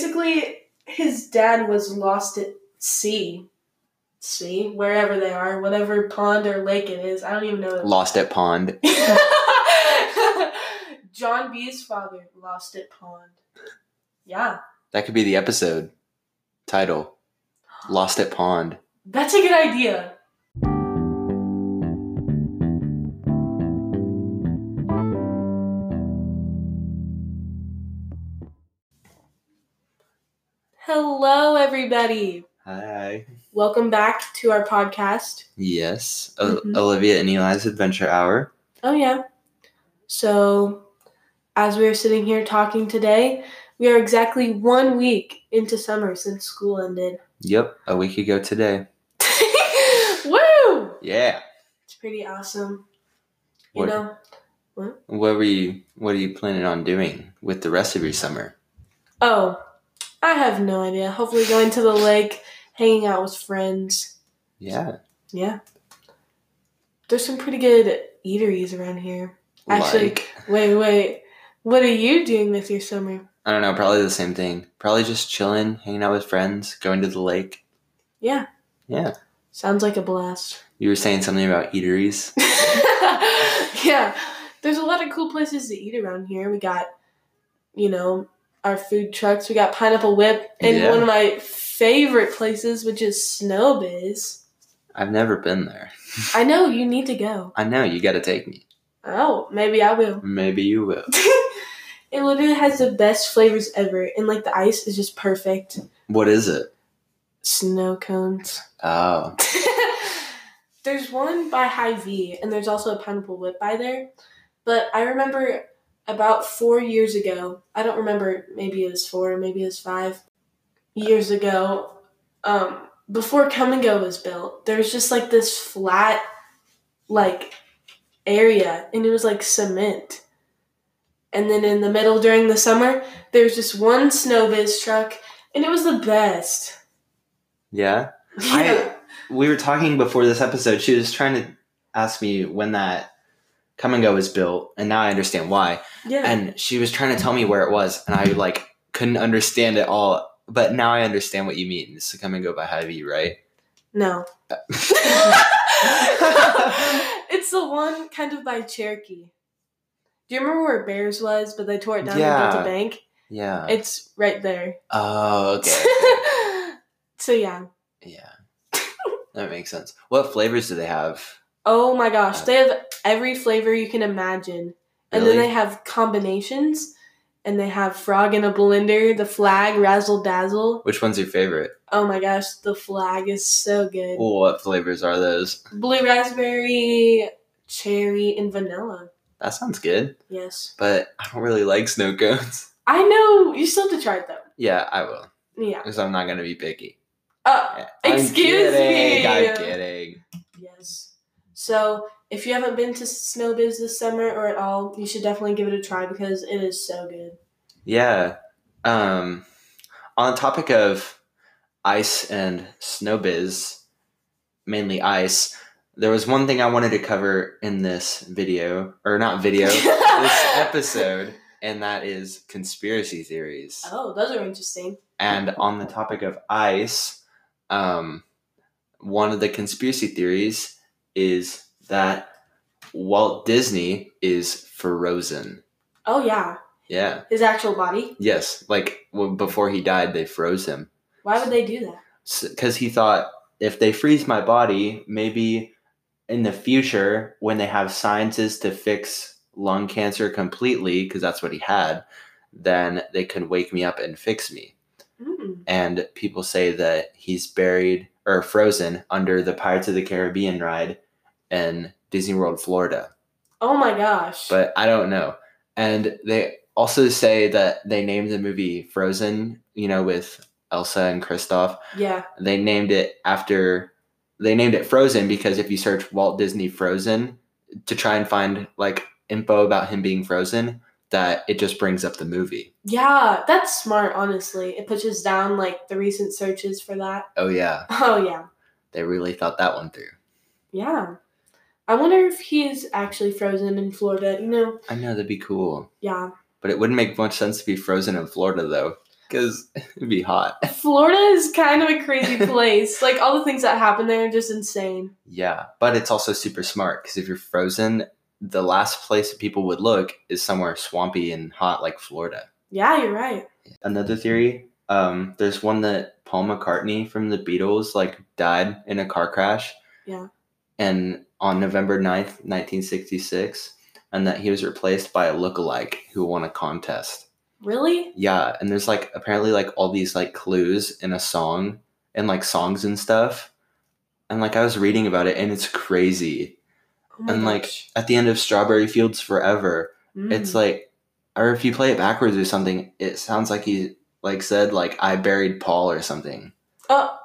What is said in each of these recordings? basically, his dad was lost at sea. Sea, wherever they are, whatever pond or lake it is. I don't even know. Lost at pond. John B's father lost at pond. Yeah. That could be the episode title. Lost at pond. That's a good idea. Hello, everybody. Hi. Welcome back to our podcast. Yes, Mhm. o- Olivia and Eli's Adventure Hour. Oh, yeah. So, as we are sitting here talking today, we are exactly one week into summer since school ended. Yep, a week ago today. Woo! Yeah. It's pretty awesome. You What, know, what were you? What are you planning on doing with the rest of your summer? oh, I have no idea. Hopefully, going to the lake, hanging out with friends. Yeah. Yeah. There's some pretty good eateries around here. Actually- like Wait, wait. What are you doing this your summer? I don't know. Probably the same thing. Probably just chilling, hanging out with friends, going to the lake. Yeah. Yeah. Sounds like a blast. You were saying something about eateries. yeah. There's a lot of cool places to eat around here. We got, you know, our food trucks. We got Pineapple Whip and Yeah. one of my favorite places, which is Snow Biz. I've never been there. I know you need to go. I know you got to take me. Oh, maybe I will. Maybe you will. it literally has the best flavors ever, and like the ice is just perfect. What is it? Snow cones. Oh, there's one by High V, and there's also a Pineapple Whip by there. But I remember about four years ago, I don't remember, maybe it was four, maybe it was five years ago, um, before Come and Go was built, there was just like this flat, like, area, and it was like cement. And then in the middle during the summer, there was just one snow biz truck, and it was the best. yeah. I- we were talking before this episode. She was trying to ask me when that come and go was built, and now I understand why. yeah. And she was trying to tell me where it was, and I like couldn't understand it all. But now I understand what you mean. It's the come and go by Hy-Vee, right? No. it's the one kind of by Cherokee. Do you remember where Bears was, but they tore it down and built Yeah. a bank? Yeah. It's right there. oh, okay. so yeah. yeah. That makes sense. What flavors do they have? Oh my gosh, they have every flavor you can imagine, and Really? then they have combinations, and they have frog in a blender, the flag, razzle dazzle. Which one's your favorite? Oh my gosh, the flag is so good. What flavors are those? Blue raspberry, cherry, and vanilla. That sounds good, Yes. but I don't really like snow cones. I know you still have to try it though. Yeah, I will, Yeah. because I'm not gonna be picky. Uh, I'm Excuse kidding, me. I'm kidding. yes. So if you haven't been to Snow Biz this summer or at all, you should definitely give it a try because it is so good. Yeah. Um, on the topic of ice and snow biz, mainly ice, there was one thing I wanted to cover in this video, or not video, this episode, and that is conspiracy theories. Oh, those are interesting. And on the topic of ice, um, one of the conspiracy theories is that Walt Disney is frozen. Oh yeah, Yeah. his actual body. Yes, like well, before he died, they froze him Why would they do that? because he thought if they freeze my body, maybe in the future when they have sciences to fix lung cancer completely, because that's what he had, then they could wake me up and fix me. Mm. And people say that he's buried or frozen under the Pirates of the Caribbean ride in Disney World, Florida Oh my gosh. but I don't know. And they also say that they named the movie Frozen, you know, with Elsa and Kristoff. yeah. They named it after they named it Frozen because if you search Walt Disney Frozen to try and find like info about him being frozen, that it just brings up the movie. Yeah, that's smart. Honestly, it pushes down like the recent searches for that. Oh yeah, Oh yeah, they really thought that one through. yeah. I wonder if he is actually frozen in Florida. You know, I know that'd be cool, yeah. but it wouldn't make much sense to be frozen in Florida though. because it'd be hot. Florida is kind of a crazy place. like all the things that happen there are just insane. Yeah, but it's also super smart because if you're frozen, the last place people would look is somewhere swampy and hot like Florida. Yeah, you're right. Another theory, um, there's one that Paul McCartney from the Beatles like died in a car crash. Yeah. And on November 9th, 1966, and that he was replaced by a lookalike who won a contest. Really? Yeah, and there's like apparently like all these like clues in a song and like songs and stuff. And like I was reading about it and it's crazy. Oh my And, like, gosh. At the end of Strawberry Fields Forever, Mm. it's like or if you play it backwards or something, it sounds like he like said like I buried Paul or something. Oh.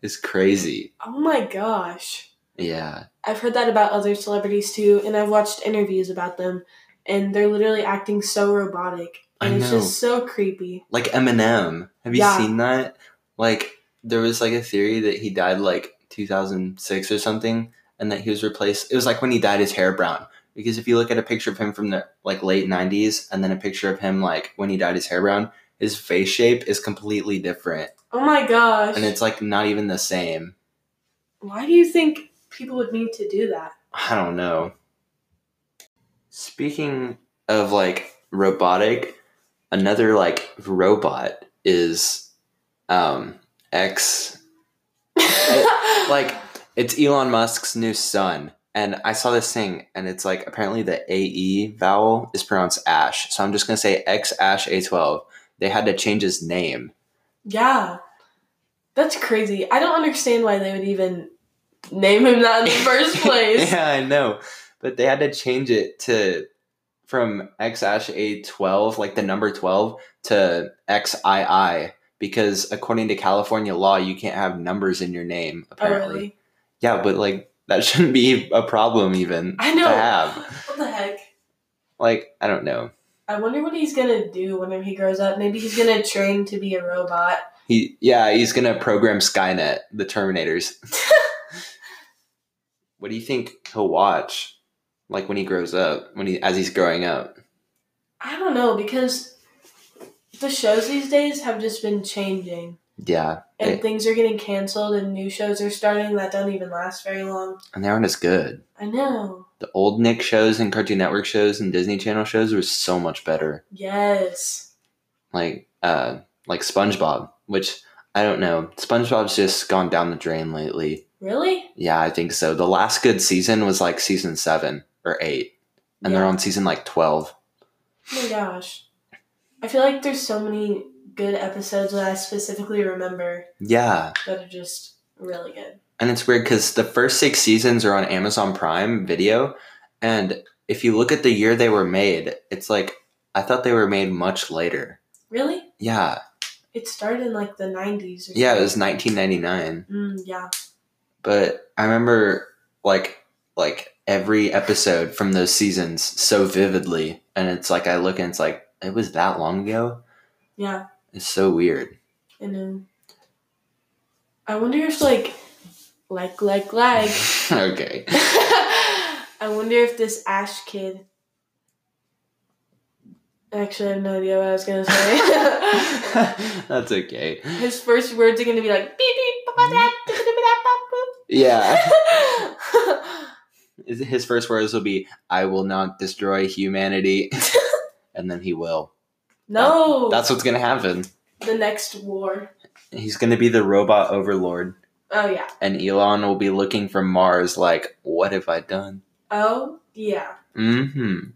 It's crazy. oh my gosh. Yeah. I've heard that about other celebrities too, and I've watched interviews about them, and they're literally acting so robotic. I And it's know. just so creepy. Like Eminem. Have you Yeah. seen that? Like there was like a theory that he died like 2006 or something and that he was replaced. It was like when he dyed his hair brown. Because if you look at a picture of him from the like late 90s and then a picture of him like when he dyed his hair brown, his face shape is completely different Oh my gosh. and it's like not even the same. Why do you think people would need to do that? I don't know. Speaking of like robotic, another like robot is um X like it's Elon Musk's new son. And I saw this thing and it's like apparently the AE vowel is pronounced ash. So I'm just going to say X ash A12. They had to change his name. Yeah. That's crazy. I don't understand why they would even name him that in the first place. yeah, I know. But they had to change it to from X ash A12, like the number 12, to XII because according to California law, you can't have numbers in your name, Oh, apparently. really? Yeah, but like that shouldn't be a problem even I know. to have. What the heck? Like, I don't know. I wonder what he's gonna do whenever he grows up. Maybe he's gonna train to be a robot. He yeah, he's gonna program Skynet, the Terminators. what do you think he'll watch? Like when he grows up, when he as he's growing up. I don't know because the shows these days have just been changing. Yeah. And Hey. things are getting canceled and new shows are starting that don't even last very long. And they aren't as good. I know. The old Nick shows and Cartoon Network shows and Disney Channel shows were so much better. Yes. Like uh like SpongeBob, which I don't know. SpongeBob's just gone down the drain lately. Really? Yeah, I think so. The last good season was like season seven or eight. And they're Yeah. on season like twelve. Oh my gosh. I feel like there's so many good episodes that I specifically remember Yeah. that are just really good. And it's weird because the first six seasons are on Amazon Prime Video, and if you look at the year they were made, it's like I thought they were made much later. Really? Yeah, It started in like the 90s or yeah, it something. was 1999. Mm, yeah. But I remember like like every episode from those seasons so vividly, and it's like I look and it's like it was that long ago. Yeah. It's so weird. And then I wonder if like like like like okay. I wonder if this Ash kid. Actually, I have no idea what I was gonna say. That's okay. His first words are gonna be like beep beep ba, ba, da, da, da, da, Yeah. da, ba, boop. Is- his first words will be i will not destroy humanity and then he will No, that's what's gonna happen the next war. he's gonna be the robot overlord Oh yeah. and elon will be looking from mars like what have i done Oh yeah. mm-hmm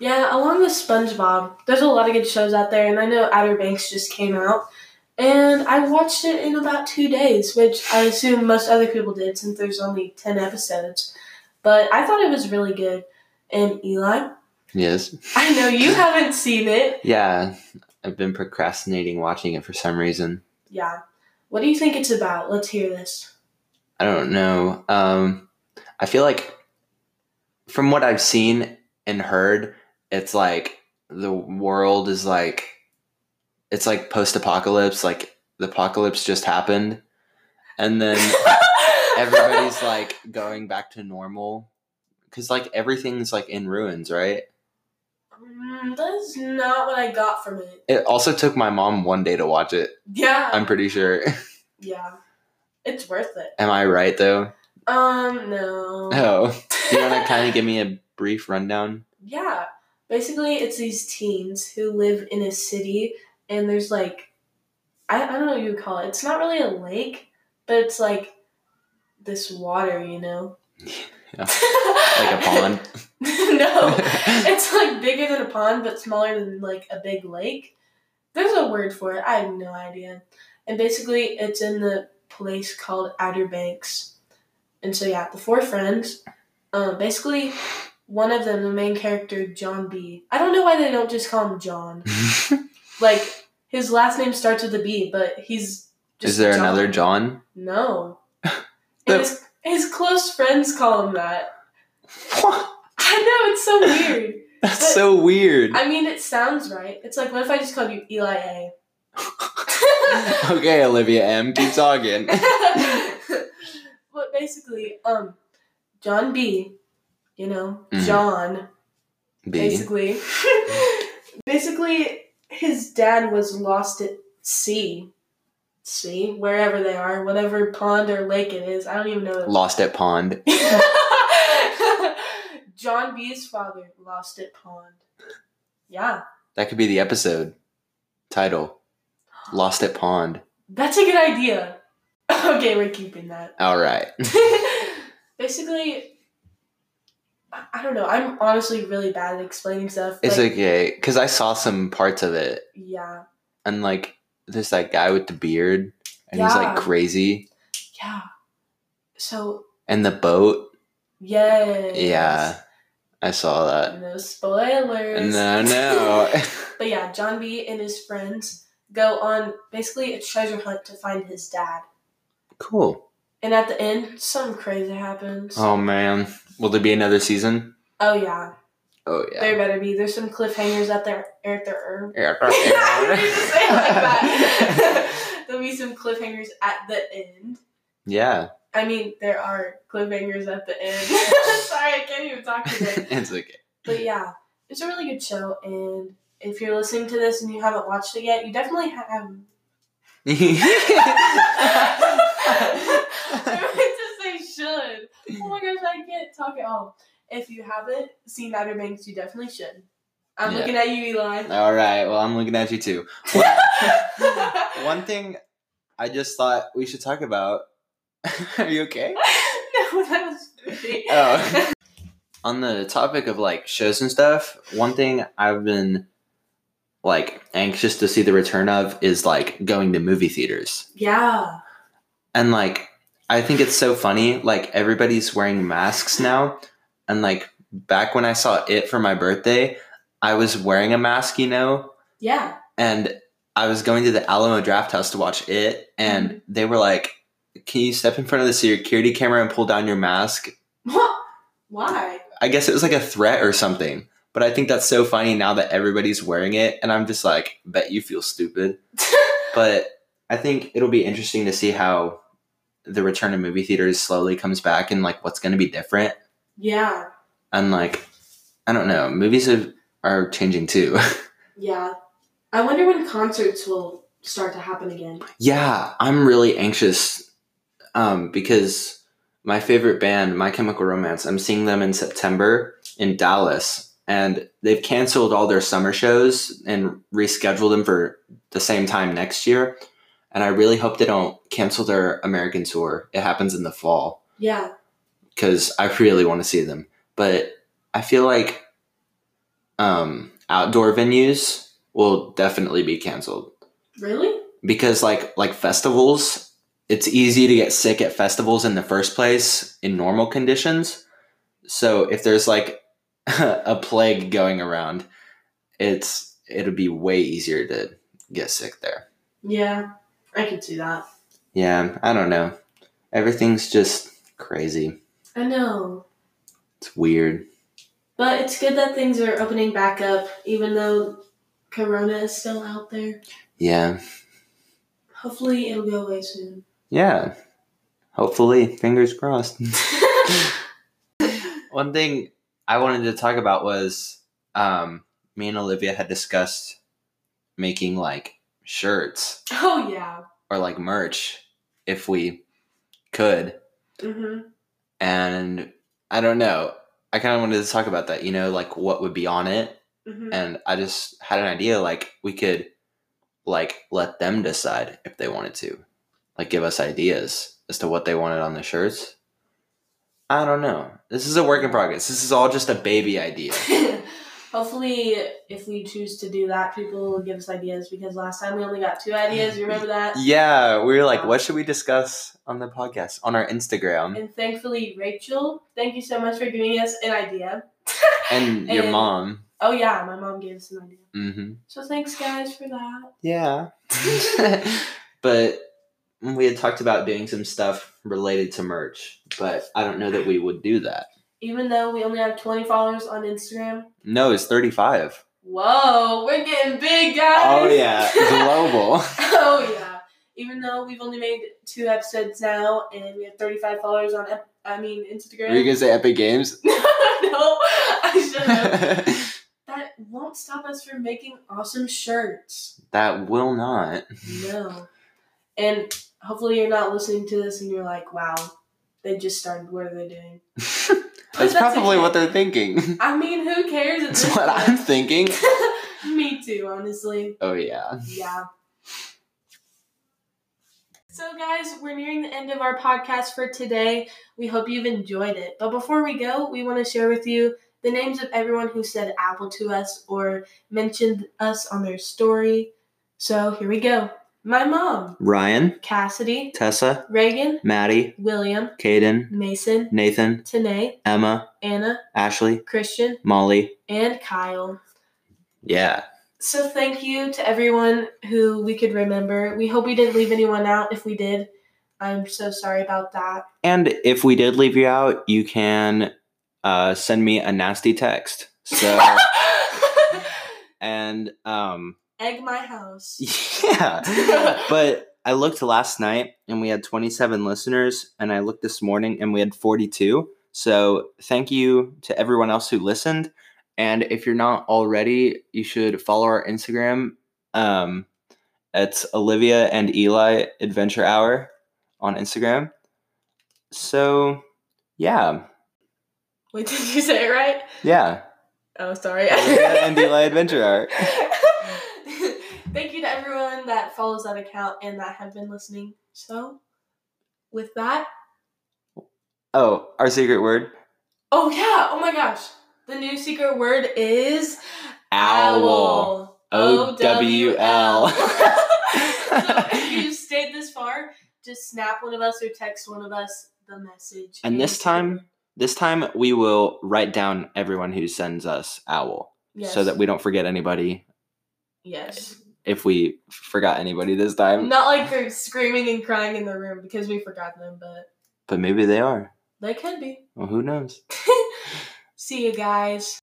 Yeah. Along with SpongeBob, there's a lot of good shows out there, and I know Outer Banks just came out, and I watched it in about two days, which I assume most other people did since there's only ten episodes. But I thought it was really good. And Eli, yes I know you haven't seen it. yeah i've been procrastinating watching it for some reason Yeah. What do you think it's about? Let's hear this. i don't know um i feel like from what i've seen and heard it's like the world is like it's like post-apocalypse like the apocalypse just happened and then everybody's like going back to normal because like everything's like in ruins right Mm, that's not what I got from it. It also took my mom one day to watch it. Yeah. I'm pretty sure. yeah. It's worth it. Am I right though? Um, no. Oh, do you want to kind of give me a brief rundown? Yeah. Basically, it's these teens who live in a city, and there's like, I, I don't know what you would call it. It's not really a lake, but it's like this water, you know? Yeah. Like a pond. no. It's like bigger than a pond, but smaller than like a big lake. There's a word for it. I have no idea. And basically, it's in the place called Outer Banks. And so, yeah, the four friends. Um, basically, one of them, the main character, John B. I don't know why they don't just call him John. Like his last name starts with a B, but he's just Is there John. another John? No. There- And his, his close friends call him that. I know it's so weird. That's so weird. I mean, it sounds right. It's like, what if I just called you Eli A? okay, Olivia M. Keep talking. but basically, um, John B, you know, Mhm. John, B. basically, basically, his dad was lost at sea, sea, wherever they are, whatever pond or lake it is. I don't even know. Lost at pond. John B's father lost at pond. Yeah, That could be the episode title. Lost at pond. that's a good idea. Okay, we're keeping that. All right. basically I I don't know. I'm honestly really bad at explaining stuff. It's like, okay because I saw some parts of it yeah, and like there's that guy with the beard and he's Yeah. like crazy yeah. So and the boat. yes, Yeah, I saw that. No spoilers. No, no. but yeah, John B and his friends go on basically a treasure hunt to find his dad. cool. And at the end, something crazy happens. Oh man, will there be another season? Oh, yeah. Oh yeah. there better be. There's some cliffhangers out there. At their Yeah. I didn't mean to say it like that. There'll be some cliffhangers at the end. yeah, I mean, there are cliffhangers at the end. Sorry, I can't even talk today. it's okay. but yeah, it's a really good show. And if you're listening to this and you haven't watched it yet, you definitely have. I meant to say should. Oh my gosh, I can't talk at all. If you haven't seen Outer Banks, you definitely should. I'm Yeah. looking at you, Eli. All right. Well, I'm looking at you too. One thing I just thought we should talk about. Are you okay? no, that was goofy. Oh. On the topic of like shows and stuff, one thing I've been like anxious to see the return of is like going to movie theaters. Yeah. And like I think it's so funny like everybody's wearing masks now and like back when I saw it for my birthday, I was wearing a mask, you know, Yeah. and I was going to the Alamo Draft House to watch it and they were like, "Can you step in front of the security camera and pull down your mask?" What? Why? I guess it was like a threat or something. But I think that's so funny now that everybody's wearing it, and I'm just like, bet you feel stupid. But I think it'll be interesting to see how the return of movie theaters slowly comes back and like what's going to be different. yeah. And like, I don't know, movies have, are changing too. Yeah. I wonder when concerts will start to happen again. yeah, I'm really anxious um, because my favorite band, My Chemical Romance, I'm seeing them in September in Dallas, and they've canceled all their summer shows and rescheduled them for the same time next year. And I really hope they don't cancel their American tour. It happens in the fall Yeah. because I really want to see them. But I feel like um, outdoor venues will definitely be canceled Really? because like like festivals it's easy to get sick at festivals in the first place in normal conditions so if there's like a plague going around it's it'll be way easier to get sick there Yeah. I can see that. yeah i don't know everything's just crazy I know. it's weird But it's good that things are opening back up, even though Corona is still out there. yeah Hopefully, it'll go away soon. yeah hopefully fingers crossed one thing I wanted to talk about was um, me and Olivia had discussed making like shirts Oh yeah. or like merch if we could. Mhm. And I don't know. I kind of wanted to talk about that, you know, like what would be on it. Mhm. And I just had an idea like we could like let them decide if they wanted to. Like give us ideas as to what they wanted on the shirts. I don't know. This is a work in progress. This is all just a baby idea. Mm-hmm. Hopefully, if we choose to do that, people will give us ideas because last time we only got two ideas. You remember that? Yeah, we were like, what should we discuss on the podcast? On our Instagram. And thankfully, Rachel, thank you so much for giving us an idea. And your and- mom. Oh yeah, my mom gave us an idea. hmm So thanks guys for that. Yeah. but we had talked about doing some stuff related to merch, but I don't know that we would do that. Even though we only have 20 followers on Instagram, No, it's 35. whoa, we're getting big guys. Oh, yeah. Global. oh yeah. Even though we've only made two episodes now and we have 35 followers on, ep- I mean, Instagram. Were you going to say Epic Games? no, I shouldn't. have. that That won't stop us from making awesome shirts. will not. No. And hopefully you're not listening to this and you're like, wow, they just started. What are they doing? Oh, That's probably okay. what they're thinking. I mean, who cares? At That's this what I'm point? thinking. Me too, honestly. Oh, yeah. Yeah. So, guys, we're nearing the end of our podcast for today. We hope you've enjoyed it. But before we go, we want to share with you the names of everyone who said Apple to us or mentioned us on their story. So, here we go. My mom, Ryan, Cassidy, Tessa, Reagan, Maddie, William, Caden, Mason, Nathan, Tanae, Emma, Anna, Ashley, Christian, Molly. and Kyle. Yeah. So thank you to everyone who we could remember. We hope we didn't leave anyone out. If we did, I'm so sorry about that. And if we did leave you out, you can uh, send me a nasty text. So, and um, Egg my house. yeah. but I looked last night and we had 27 listeners, and I looked this morning and we had 42. So, thank you to everyone else who listened. And if you're not already, you should follow our Instagram. Um, it's Olivia and Eli Adventure Hour on Instagram. So, yeah. Wait, did you say it right? Yeah. Oh, sorry. Olivia and Eli Adventure Hour. thank you to everyone that follows that account and that have been listening. So, with that, Oh, our secret word? oh yeah, oh my gosh, the new secret word is O W L. so if you stayed this far, just snap one of us or text one of us the message. And this time, this time we will write down everyone who sends us owl yes. so that we don't forget anybody yes, if we forgot anybody this time. not like they're screaming and crying in the room because we forgot them, but But maybe they are. they could be. Well, who knows? See you guys.